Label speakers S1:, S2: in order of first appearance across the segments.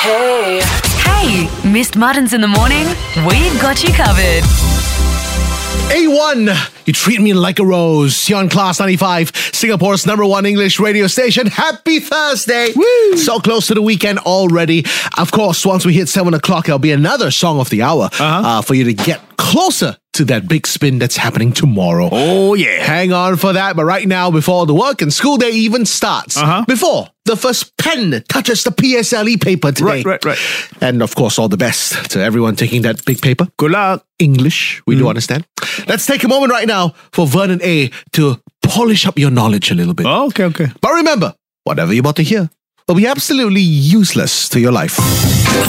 S1: Hey.
S2: Hey, missed Muttons in the morning? We've got you covered.
S3: A1, you treat me like a rose. Sion Class 95, Singapore's number one English radio station. Happy Thursday. Woo. So close to the weekend already. Of course, once we hit 7 o'clock, there'll be another song of the hour
S4: Uh-huh.
S3: uh, for you to get closer to that big spin that's happening tomorrow.
S4: Oh, yeah.
S3: Hang on for that, but right now, before the work and school day even starts,
S4: Uh-huh.
S3: before the first pen touches the PSLE E paper today.
S4: Right, right, right.
S3: And of course, all the best to everyone taking that big paper.
S4: Good luck.
S3: English. We
S4: Mm.
S3: do understand. Let's take a moment right now for Vernon A to polish up your knowledge a little bit.
S4: Oh, okay, okay.
S3: But remember, whatever you're about to hear will be absolutely useless to your life.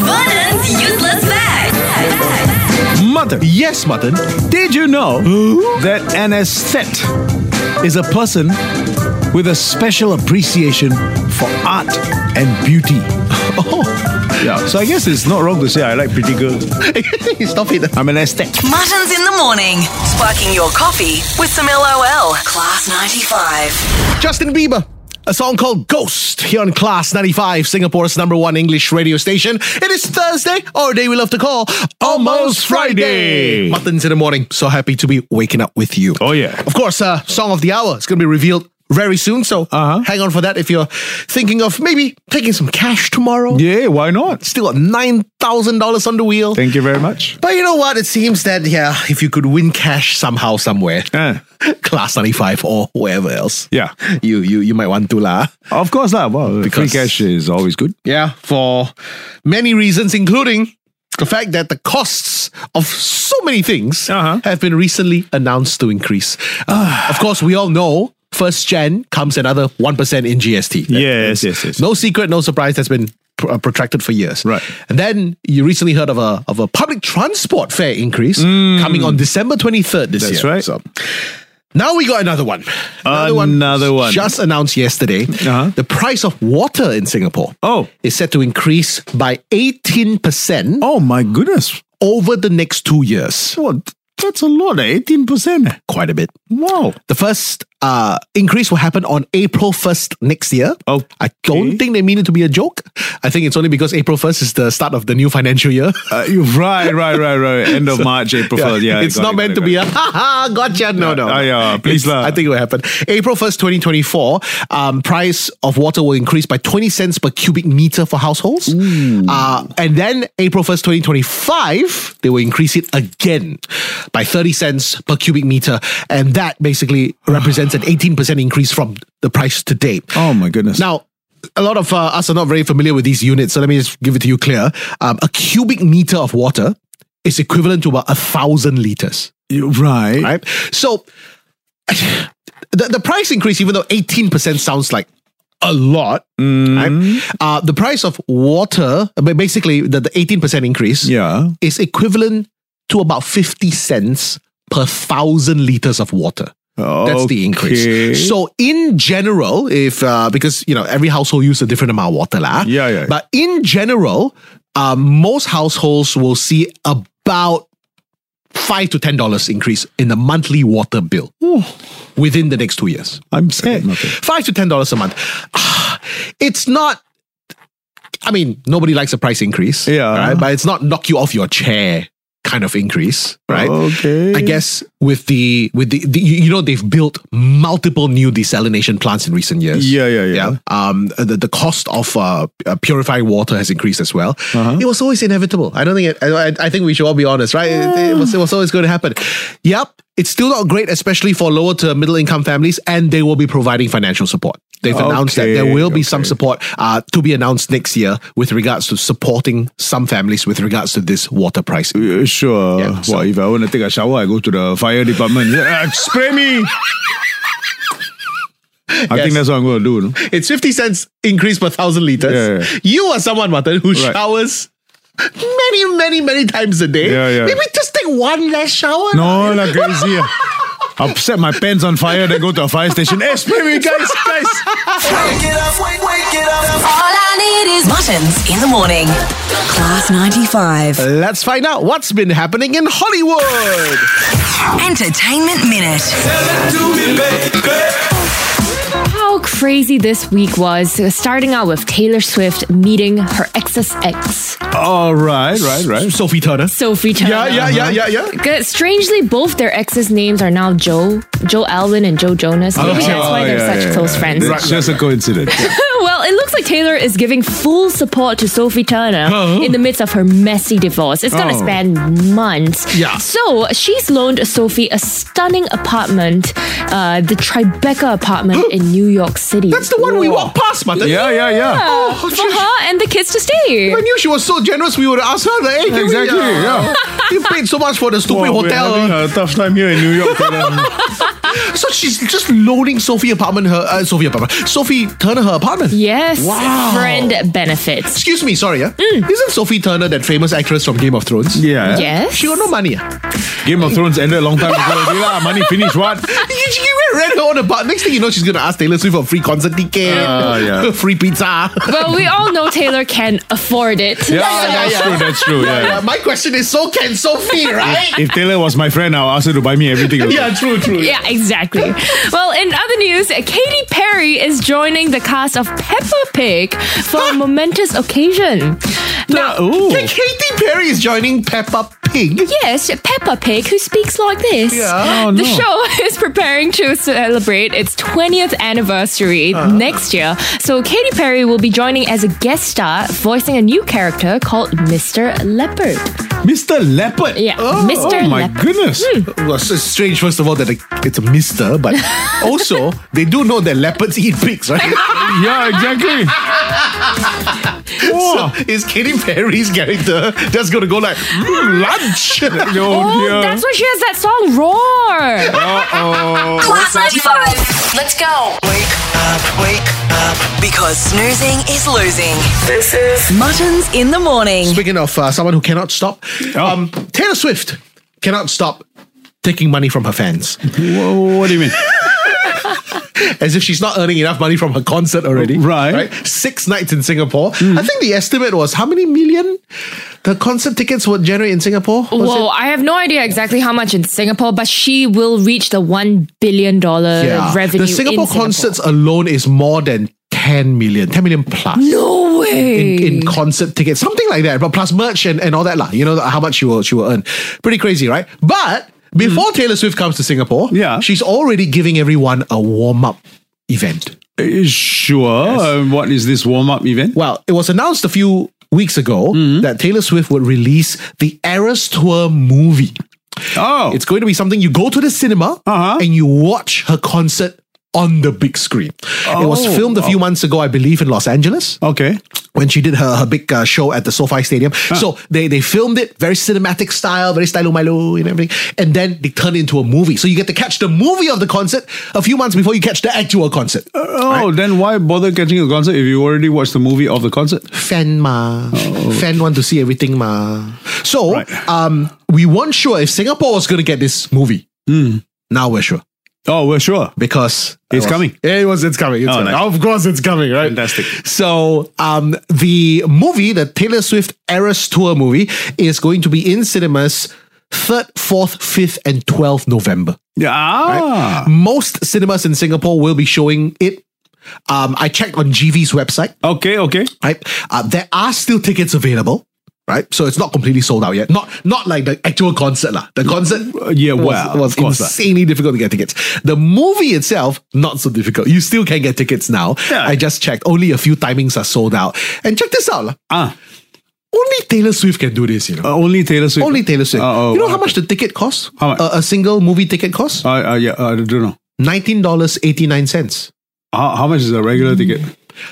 S2: Muttons useless fact.
S4: Mother,
S3: Yes, Martin.
S4: did you know that an aesthete is a person with a special appreciation for art and beauty?
S3: Oh,
S4: Yeah. So I guess it's not wrong to say I like pretty girls.
S3: stop it.
S4: I'm an aesthete.
S1: Muttons in the morning. Sparking your coffee with some LOL. Class 95.
S3: Justin Bieber. A song called Ghost here on Class 95, Singapore's number one English radio station. It is Thursday, or a day we love to call
S4: Almost Friday.
S3: Muttons in the morning. So happy to be waking up with you.
S4: Oh, yeah.
S3: Of course, uh, song of the hour is going to be revealed very soon. So
S4: Uh-huh.
S3: hang on for that if you're thinking of maybe taking some cash tomorrow.
S4: Yeah, why not?
S3: Still got nine thousand dollars on the wheel.
S4: Thank you very much.
S3: But you know what? It seems that yeah, if you could win cash somehow, somewhere,
S4: Uh,
S3: Class 95 or wherever else,
S4: yeah.
S3: you you you might want to lah.
S4: Of course, lah. Well,
S3: Because-
S4: free cash is always good.
S3: Yeah, for many reasons, including the fact that the costs of so many things
S4: Uh-huh.
S3: have been recently announced to increase. Uh, of course, we all know first gen comes another 1% in GST.
S4: Yes,
S3: It's
S4: yes, yes.
S3: No secret, no surprise, that's been pr- uh, protracted for years.
S4: Right.
S3: And then you recently heard of a, of a public transport fare increase coming on December 23rd this
S4: Mm. That's
S3: year.
S4: right.
S3: So, now we got another one.
S4: Another one.
S3: Just announced yesterday.
S4: Uh-huh.
S3: The price of water in Singapore
S4: Oh.
S3: is set to increase by 18%
S4: Oh, my goodness.
S3: over the next two years.
S4: What? That's a lot, eh? 18%.
S3: Quite a bit.
S4: Wow.
S3: The first uh, increase will happen on April 1st next year.
S4: Oh,
S3: I don't think they mean it to be a joke. I think it's only because April 1st is the start of the new financial year.
S4: Uh, you- right, right, right, right. End of March, April 1st. Yeah,
S3: it's
S4: got
S3: not
S4: it,
S3: meant
S4: got
S3: to
S4: it,
S3: be
S4: got
S3: a ha ha gotcha. No, no.
S4: Ah, yeah, please
S3: It's-
S4: lah.
S3: I think it will happen. April 1st, 2024, um, price of water will increase by 20 cents per cubic meter for households. Uh, and then April 1st, 2025, they will increase it again by 30 cents per cubic meter. And that basically represents an 18% increase from the price today.
S4: it. Oh, my goodness.
S3: Now, a lot of uh, us are not very familiar with these units, so let me just give it to you clear. Um, a cubic meter of water is equivalent to about a thousand liters,
S4: You- right.
S3: right? So the, the price increase, even though 18% sounds like a lot,
S4: Mm,
S3: right? Uh, the price of water, but basically the, the 18% increase
S4: Yeah.
S3: is equivalent to about 50 cents per thousand liters of water. That's the
S4: Okay.
S3: increase. So in general, if uh, because you know every household uses a different amount of water, lah.
S4: Yeah, yeah.
S3: But in general, uh, most households will see about five to ten dollars increase in the monthly water bill within the next two years.
S4: I'm scared.
S3: Five to ten dollars a month. Ah, It's not. I mean, nobody likes a price increase.
S4: Yeah.
S3: right? But it's not knock you off your chair kind of increase, right?
S4: Okay.
S3: I guess with the with the, the you you know they've built multiple new desalination plants in recent years.
S4: Yeah, yeah, yeah.
S3: Um, the, the cost of uh, uh, purifying water has increased as well.
S4: Uh-huh.
S3: It was always inevitable. I don't think. It, I, I- I think we should all be honest, right? It, it was it was always going to happen. Yep, it's still not great, especially for lower to middle income families, and they will be providing financial support. They've announced that there
S4: Okay,
S3: will be some
S4: okay.
S3: support uh, to be announced next year with regards to supporting some families with regards to this water price.
S4: Uh, Sure.
S3: Yeah,
S4: well,
S3: so-
S4: if I want Ah, to take a shower, I go to the fire department. Uh, spray me. I think that's what I'm going to do. no?
S3: It's 50 cents increase per thousand liters.
S4: Yeah, yeah.
S3: You are someone, Martin, who
S4: Right.
S3: showers many, many, many times a day.
S4: Yeah, yeah.
S3: Maybe just take one less shower.
S4: No, not crazy. I'll set my pants on fire, then go to a fire station. Hey, spray me, guys, guys.
S5: Wake it up, wake, wake it up.
S1: All I need is muttons in the morning. Class 95.
S3: Let's find out what's been happening in Hollywood.
S1: Entertainment Minute.
S6: how crazy this week was, starting out with Taylor Swift meeting her ex's ex,
S4: All right, right, right.
S3: Sophie Turner.
S6: Sophie Turner.
S3: Yeah, yeah, yeah, yeah, yeah.
S6: Good. Strangely, both their exes' names are now Joe, Joe Alvin, and Joe
S3: Oh,
S6: Jonas. Maybe that's why they're
S4: yeah,
S6: such
S4: yeah,
S6: close
S4: yeah.
S6: friends.
S4: It's just a coincidence.
S6: well, it looks like Taylor is giving full support to Sophie Turner
S3: Oh.
S6: in the midst of her messy divorce. It's going to
S4: Oh.
S6: span months.
S3: Yeah.
S6: So she's loaned Sophie a stunning apartment, uh, the Tribeca apartment in New York City.
S3: That's the one we
S6: Whoa.
S3: walked past, Martin.
S4: yeah, yeah, yeah.
S6: Yeah,
S3: Oh,
S6: for her and the kids to stay.
S3: I knew she was so generous. We would ask her, like, hey, can
S4: Exactly,
S3: We, uh,
S4: yeah.
S3: You paid so much for the stupid
S4: Wow, we're having
S3: hotel.
S4: a tough time here in New York.
S3: So she's just loading Sophie apartment her uh, Sophie apartment. Sophie Turner her apartment.
S6: Yes.
S3: Wow.
S6: Friend benefits.
S3: Excuse me, sorry. Yeah. Isn't Sophie Turner that famous actress from Game of Thrones?
S4: yeah.
S6: Yes.
S3: She got no money. ah.
S4: Game of Thrones ended a long time ago. already lah. "Ah, money finished. What?
S3: She she ran her own apartment. Next thing you know, she's gonna ask Taylor Swift for free concert ticket,
S4: Ah, yeah.
S3: free pizza.
S6: Well, we all know Taylor can afford it.
S4: Yeah, that's
S3: yeah.
S4: true. That's true. Yeah.
S3: Uh, my question is, so can Sophie, right?
S4: If Taylor was my friend, I'll ask her to buy me everything. also.
S3: yeah, true, true.
S6: Yeah, exactly. well, in other news, Katy Perry is joining the cast of Peppa Pig for a momentous occasion. Now,
S4: Ooh.
S3: K- Katy Perry is joining Peppa Pig.
S6: yes, Peppa Pig, who speaks like this.
S3: Yeah.
S4: Oh,
S6: The
S4: no.
S6: show is preparing to celebrate its 20th anniversary
S3: Uh-huh.
S6: next year. So Katy Perry will be joining as a guest star, voicing a new character called Mr. Leopard.
S4: Mr. Leopard.
S6: Yeah,
S4: Oh,
S6: Mr.
S4: Oh my
S6: Leopard. Hmm.
S4: goodness.
S3: Well, it's strange, first of all, that it's a mister, but also they do know that leopards eat pigs, right?
S4: Yeah, exactly.
S3: So is Katy Perry's character just gonna go like "Mm, lunch?
S6: Oh, that's why she has that song Roar.
S1: Class 95.
S2: Let's go.
S5: Wake up, wake up.
S1: Because snoozing is losing. This is Muttons in the Morning.
S3: Speaking of uh, someone who cannot stop, um, Taylor Swift cannot stop taking money from her fans,
S4: Wha- what do you mean?
S3: as if she's not earning enough money from her concert already.
S4: Right. Hmm.
S3: Six nights in Singapore. I think the estimate was how many million the concert tickets would generate in Singapore? Was
S6: Whoa, I have no idea exactly how much in Singapore, but she will reach the $1 billion revenue.
S3: The Singapore
S6: in Singapore.
S3: concerts alone is more than 10 million, 10 million plus.
S6: No way.
S3: In, in concert tickets, something like that, but plus merch and, and all that lah. You know how much she will she will earn. Pretty crazy, right? But before Taylor Swift comes to Singapore,
S4: Hmm. Yeah.
S3: she's already giving everyone a warm up event.
S4: Uh, Sure. Um, what is this warm up event?
S3: Well, it was announced a few weeks ago
S4: Mm-hmm.
S3: that Taylor Swift would release the Eras Tour movie.
S4: Oh,
S3: It's going to be something you go to the cinema
S4: Uh-huh.
S3: and you watch her concert on the big screen. it was
S4: Oh,
S3: filmed a few months ago, I believe, in Los Angeles
S4: okay.
S3: when she did her, her big uh, show at the SoFi Stadium. So they, they filmed it very cinematic style, very stylo Milo and everything. And then they turned into a movie. So you get to catch the movie of the concert a few months before you catch the actual concert.
S4: Oh, then why bother catching a concert if you already watched the movie of the concert?
S3: fan ma.
S4: Oh.
S3: Fan want to see everything ma. So um, we weren't sure if Singapore was going to get this movie. Now we're sure
S4: Oh, we're sure.
S3: because
S4: Hmm. It's
S3: it was-
S4: coming.
S3: It was. It's coming. It's
S4: Oh,
S3: coming.
S4: nice.
S3: Of course, it's coming. Right.
S4: Fantastic.
S3: So um, the movie, the Taylor Swift Eras Tour movie, is going to be in cinemas. 3rd, 4th, 5th, and 12th November.
S4: Yeah. Ah.
S3: Most cinemas in Singapore will be showing it. Um, I checked on GV's website
S4: Okay, okay.
S3: right? Uh, there are still tickets available, right? So it's not completely sold out yet. Not not like the actual concert lah. The concert,
S4: Uh, yeah,
S3: was-
S4: well,
S3: was,
S4: of course lah.
S3: insanely difficult to get tickets. The movie itself, not so difficult. You still can get tickets now.
S4: Yeah.
S3: I just checked; only a few timings are sold out. And check this out, lah.
S4: Ah,
S3: Only Taylor Swift can do this, you know.
S4: uh, only Taylor Swift.
S3: only Taylor Swift.
S4: Oh, oh,
S3: you know
S4: oh,
S3: how much the ticket costs?
S4: How much?
S3: A- a single movie ticket costs
S4: Uh, uh, yeah, I don't know.
S3: nineteen dollars eighty nine cents.
S4: How, how much is a regular ticket?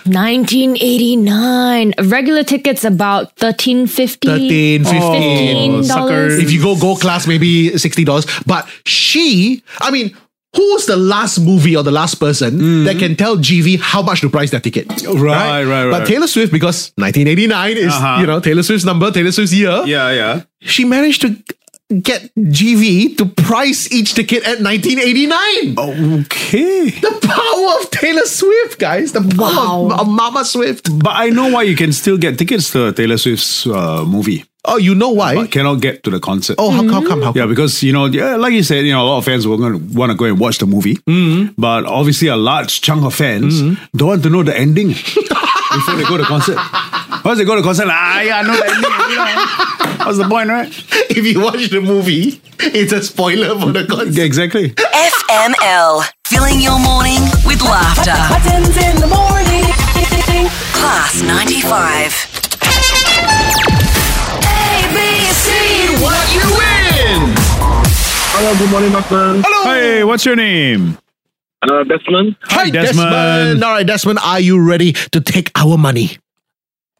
S6: 1989. Regular tickets about 1350.
S3: Thirteen, Oh, fifteen.
S6: $15.
S4: suckers.
S3: If you go gold class, maybe sixty dollars. But she, I mean, who's the last movie or the last person that can tell GV how much to price their ticket?
S4: Right,
S3: But
S4: right, right.
S3: Taylor Swift, because 1989 is,
S4: Uh-huh.
S3: you know, Taylor Swift's number, Taylor Swift's year,
S4: Yeah, yeah.
S3: she managed to get GV to price each ticket at 1989.
S4: Oh. Okay.
S3: The power of Taylor Swift, guys. The power of, of Mama Swift.
S4: But I know why you can still get tickets to Taylor Swift's uh, movie,
S3: Oh, you know why?
S4: but cannot get to the concert.
S3: Oh, how, how come? How come?
S4: Yeah, because you know, yeah, like you said, you know, a lot of fans were going to want to go and watch the movie, but obviously a large chunk of fans don't want to know the ending before they go to concert. Once they go to concert, like, ah, yeah, I know the ending. already, lah." What's the point, right?
S3: If you watch the movie, it's a spoiler for the concert.
S4: Yeah, exactly.
S1: FML. Filling your morning with laughter. Buttons in the morning. Class 95. A, B, C, what you win?
S7: Hello, good morning, Martin.
S4: Hey, what's your name?
S7: Uh, Desmond?
S3: Hi,
S4: Desmond.
S3: All right, Desmond, are you ready to take our money?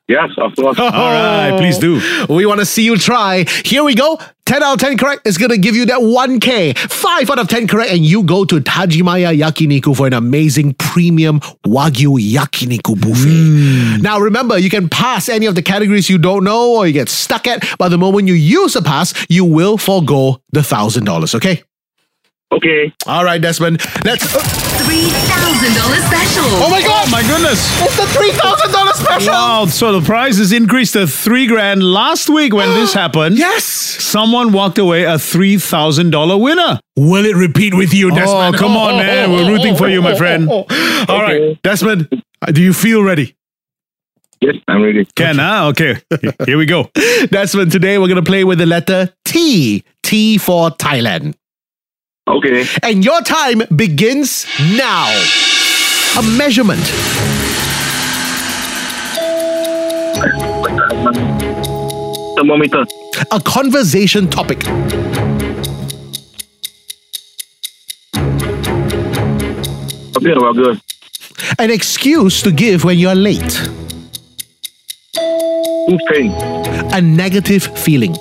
S7: Yes, of course.
S4: All right, please do.
S3: We want to see you try. Here we go. 10 out of 10 correct is going to give you that 1K. 5 out of 10 correct, and you go to Tajimaya Yakiniku for an amazing premium Wagyu Yakiniku buffet.
S4: Mm.
S3: Now, remember, you can pass any of the categories you don't know or you get stuck at, but the moment you use a pass, you will forego the $1,000, okay?
S7: Okay.
S3: All right, Desmond. Let's.
S1: $3,000 special.
S3: Oh my god!
S4: Oh my goodness!
S3: It's the $3,000 special!
S4: Wow! So the price is increased to three grand. Last week when this happened,
S3: Yes!
S4: someone walked away a three thousand dollar winner.
S3: Will it repeat with you, Desmond?
S4: Oh, come on, man. We're rooting for you, my friend.
S3: All right, Desmond,
S4: uh,
S3: do you feel ready?
S7: Yes, I'm ready.
S4: Can ah okay. Here we go.
S3: Desmond, today we're going to play with the letter T. T for Thailand.
S7: Okay.
S3: And your time begins now. A measurement.
S7: Thermometer.
S3: A conversation topic.
S7: Talking about girls.
S3: An excuse to give when you're late.
S7: Who's paying?
S3: A negative feeling.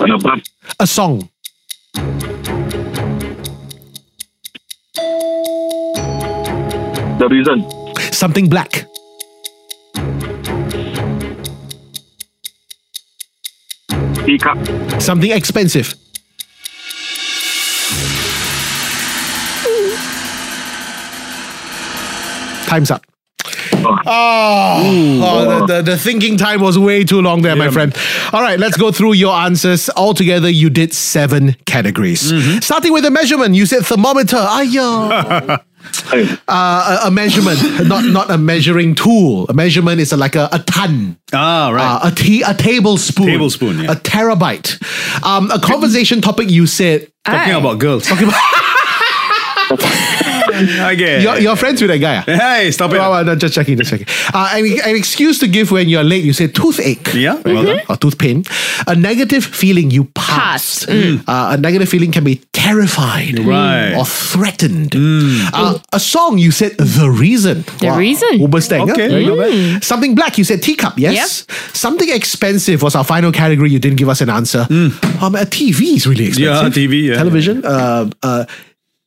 S7: On a bus.
S3: A song.
S7: The reason.
S3: Something black.
S7: Teacup.
S3: Something expensive. Time's up.
S7: Oh.
S3: Oh, the, the, the thinking time was way too long there, my friend. All right, let's go through your answers. Altogether, you did seven categories. Starting with the measurement, you said thermometer. Ayo.
S7: Hey.
S3: Uh, a, a measurement, not not a measuring tool. A measurement is like a, a ton.
S4: Ah, right.
S3: Uh, a tea, a tablespoon,
S4: Tablespoon, yeah.
S3: a terabyte. Um, a conversation topic you said.
S4: Talking
S6: Aye.
S4: about girls. Ah. Talking about Okay.
S3: You're, you're friends with that guy, ah?
S4: hey, stop it.
S3: Well, well, no, just checking, just checking. Uh, an, an excuse to give when you're late. You say toothache.
S4: Yeah, well done.
S3: Or tooth pain. A negative feeling you passed. Uh, a negative feeling can be terrified
S4: mm. Right. Mm.
S3: or threatened. Uh, a song you said the reason.
S6: The Reason.
S3: Uber Stang,
S4: Okay,
S3: very
S4: not bad.
S3: good. Something black you said teacup. Yes. Something expensive was our final category. You didn't give us an answer. Um, a TV is really
S4: Mm. Yeah,
S3: expensive.
S4: TV, yeah.
S3: Television. Uh, uh,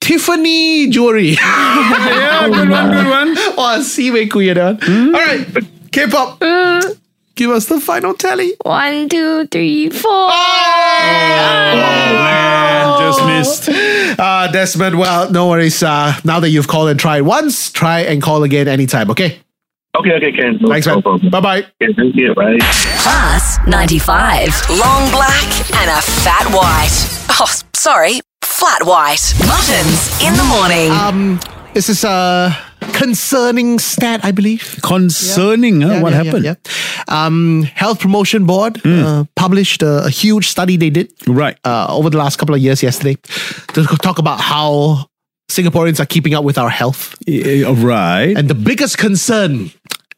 S3: Tiffany jewelry.
S4: Yeah, good one, good one. Mm.
S3: Oh, Seaway Queen. All right, K-pop.
S4: Uh.
S3: Give us the final tally.
S6: One, two, three, four.
S3: Oh,
S4: Oh, Man, just missed.
S3: Uh, Oh, Desmond, well, no worries. Uh, now that you've called and tried once, try and call again anytime, okay?
S7: Okay, okay, can. No,
S3: Thanks, man.
S7: no problem.
S3: Bye-bye.
S7: Okay, thank you. Bye.
S1: Class 95. Long black and a fat white. Oh, sorry. Flat white. Buttons in the morning.
S3: This is a concerning stat, I believe.
S4: Concerning, huh?
S3: Yeah,
S4: what
S3: yeah,
S4: happened?
S3: yeah, yeah. Um, Health Promotion Board uh, published a, a huge study they did
S4: Right.
S3: uh, over the last couple of years yesterday to talk about how Singaporeans are keeping up with our health.
S4: Yeah, Eh, right.
S3: And the biggest concern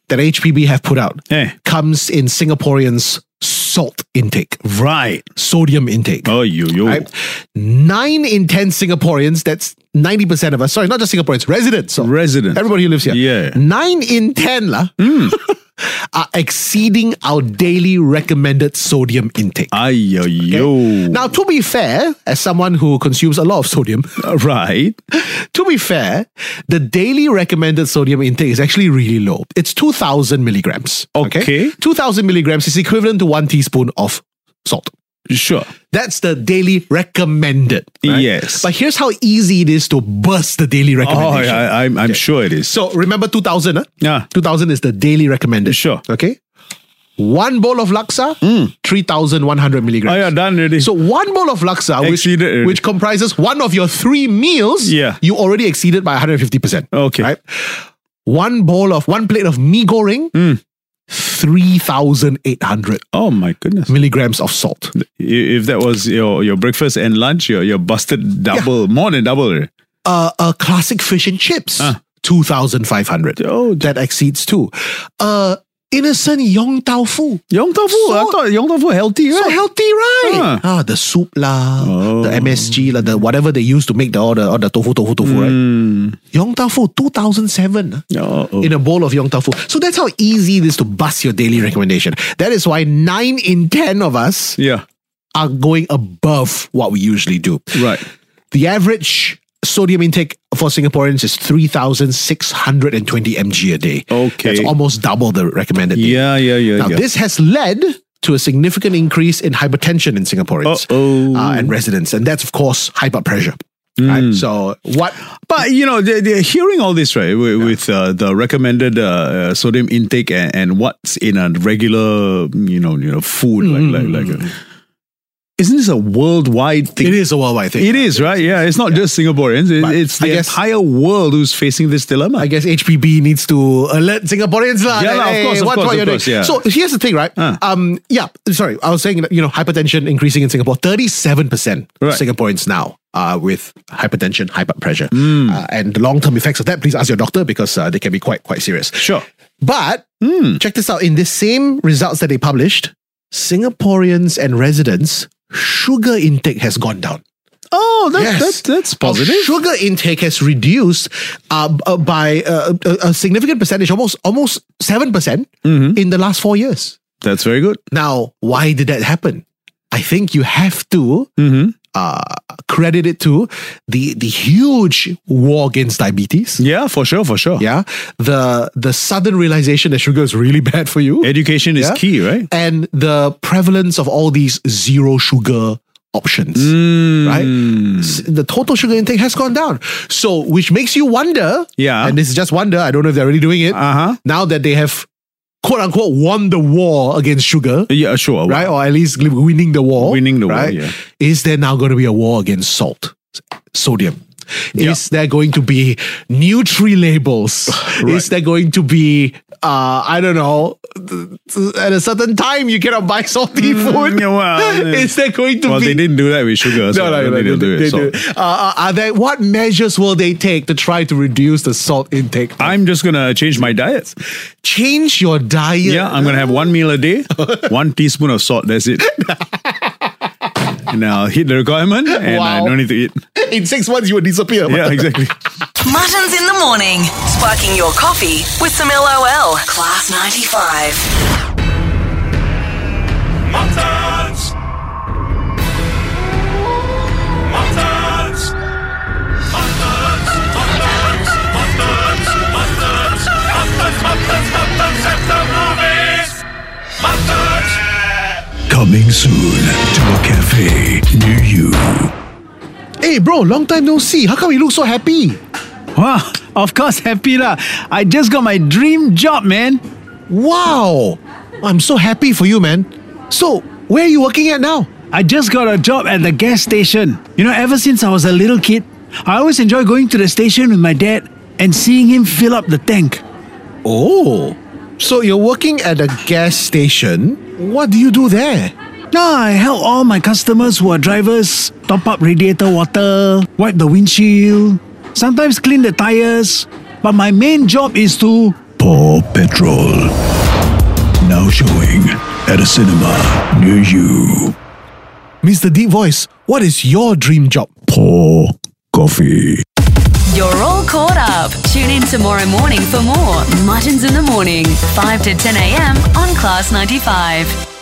S3: that HPB have put out
S4: Eh.
S3: comes in Singaporeans' salt intake,
S4: right.
S3: sodium intake.
S4: Oh, you, you.
S3: Right? Nine in 10 Singaporeans, that's 90% of us, sorry, not just Singaporeans, residents. So
S4: Residents.
S3: Everybody who lives here.
S4: Yeah.
S3: Nine in 10, lah, are exceeding our daily recommended sodium intake.
S4: Ayo, yo.
S3: Now, to be fair, as someone who consumes a lot of sodium,
S4: right.
S3: to be fair, the daily recommended sodium intake is actually really low. It's 2,000 milligrams.
S4: Okay.
S3: 2,000 milligrams is equivalent to one teaspoon of salt.
S4: Sure.
S3: That's the daily recommended.
S4: Yes.
S3: But here's how easy it is to burst the daily
S4: Oh,
S3: recommendation.
S4: I, I'm, I'm sure it is.
S3: So remember 2000, huh?
S4: Yeah.
S3: 2000 is the daily recommended.
S4: Sure. Mm.
S3: Okay. One bowl of laksa, 3,100 milligrams.
S4: Oh, yeah, done already.
S3: So one bowl of laksa, which,
S4: Exceeded already.
S3: which comprises one of your three meals,
S4: Yeah. Oh,
S3: you already exceeded by 150%.
S4: Okay.
S3: Right? One bowl of, one plate of mee goreng,
S4: Hmm.
S3: 3,800
S4: oh, my goodness.
S3: milligrams of salt.
S4: I- If that was your, your breakfast and lunch, you're, you're busted double, more than double. already.
S3: uh, a classic fish and chips,
S4: Ah.
S3: 2,500.
S4: Oh,
S3: that exceeds two. Uh, innocent yong tau fu.
S4: Yong tofu. I
S3: So-
S4: thought yong tofu healthy, right?
S3: So healthy, right?
S4: Ah.
S3: Ah, the soup lah,
S4: Oh.
S3: the MSG lah, the whatever they use to make the all the, all the tofu, tofu, tofu,
S4: Hmm.
S3: right? Yong tau fu, 2007 ah,
S4: Oh, oh.
S3: in a bowl of yong tau fu. So that's how easy it is to bust your daily recommendation. That is why nine in 10 of us
S4: yeah.
S3: are going above what we usually do.
S4: Right.
S3: The average sodium intake for Singaporeans is 3,620 mg a day.
S4: Okay.
S3: That's almost double the recommended. day.
S4: Yeah, yeah, yeah.
S3: Now,
S4: yeah.
S3: this has led to a significant increase in hypertension in Singaporeans
S4: Uh-oh. Hmm.
S3: uh, and residents. And that's, of course, high blood pressure. Right? So, what?
S4: But you know, they're, they're hearing all this right with, with uh, the recommended uh, uh, sodium intake and, and what's in a regular, you know, you know, food like like like. uh, isn't this a worldwide thing?
S3: Mm. It is a worldwide thing.
S4: It is, right? Yeah, it's not just Singaporeans. It,
S3: But
S4: it's
S3: I
S4: the
S3: guess-
S4: entire world who's facing this dilemma.
S3: I guess HPB needs to alert Singaporeans lah.
S4: Yeah
S3: that,
S4: lah, of
S3: hey,
S4: course, of
S3: what-
S4: course,
S3: what
S4: of
S3: you're doing.
S4: course, yeah.
S3: So here's the thing, right?
S4: Ah.
S3: Um, yeah, sorry, I was saying that, you know hypertension increasing in Singapore. Thirty-seven percent
S4: Right.
S3: Singaporeans now are with hypertension, high blood pressure,
S4: Hmm.
S3: uh, and the long-term effects of that. Please ask your doctor because uh, they can be quite quite serious.
S4: Sure.
S3: But
S4: Hmm.
S3: check this out. In the same results that they published, Singaporeans and residents sugar intake has gone down.
S4: Oh, that's
S3: Yes.
S4: that's, that's
S3: Our
S4: positive.
S3: sugar intake has reduced uh, b- uh, by uh, a, a significant percentage, almost almost seven percent
S4: Mm-hmm.
S3: in the last four years.
S4: That's very good.
S3: Now, why did that happen? I think you have to
S4: Mm-hmm.
S3: uh, credit it to the the huge war against diabetes.
S4: Yeah, for sure, for sure.
S3: Yeah, the the sudden realization that sugar is really bad for you,
S4: Education is
S3: Yeah.
S4: key, right?
S3: and the prevalence of all these zero sugar options Mm.
S4: Mm.
S3: right? S- The total sugar intake has gone down. So, which makes you wonder.
S4: Yeah.
S3: And this is just wonder. I don't know if they're really doing it.
S4: Uh-huh.
S3: Now that they have, quote unquote, won the war against sugar,
S4: Yeah, sure.
S3: right? Or at least gl- winning the war.
S4: Winning the war,
S3: right?
S4: yeah.
S3: Is there now going to be a war against salt, s- sodium?
S4: Yeah.
S3: Is there going to be nutri labels? Is there going to be, uh, I don't know, th- th- at a certain time you cannot buy salty food?
S4: yeah, Mm. well,
S3: Is there going to
S4: Well,
S3: be?
S4: they didn't do that with sugar. So
S3: No, no,
S4: I don't
S3: no,
S4: think
S3: no,
S4: they'll do
S3: they
S4: it, so.
S3: do. Uh, are they, what measures will they take to try to reduce the salt intake?
S4: I'm just gonna change my diet.
S3: Change your diet.
S4: Yeah, I'm gonna have one meal a day, one teaspoon of salt. That's it. and I'll hit the requirement, and I
S3: Wow.
S4: don't need to eat.
S3: In six months, you will disappear.
S4: Yeah, exactly.
S1: Muttons in the morning. Sparking your coffee with some LOL. Class 95.
S5: Muttons. Muttons. Muttons. Muttons. Muttons. Muttons. Muttons. Muttons. Muttons. at the movies. Muttons.
S8: Coming soon to a cafe near you.
S3: Hey, bro, long time no see. How come you look so happy?
S4: Wow, of course, happy lah. I just got my dream job, man.
S3: Wow. I'm so happy for you, man. So, where are you working at now?
S4: I just got a job at the gas station. You know, ever since I was a little kid, I always enjoy going to the station with my dad and seeing him fill up the tank.
S3: Oh. So, you're working at a gas station. What do you do there?
S4: Now I help all my customers who are drivers top up radiator water, wipe the windshield, sometimes clean the tires. But my main job is to
S8: Paw Patrol. Now showing at a cinema near you.
S3: Mr. Deep Voice, what is your dream job?
S8: Paw Coffee.
S1: You're all caught up. Tune in tomorrow morning for more Muttons in the Morning, 5 to 10 a.m. on Class 95.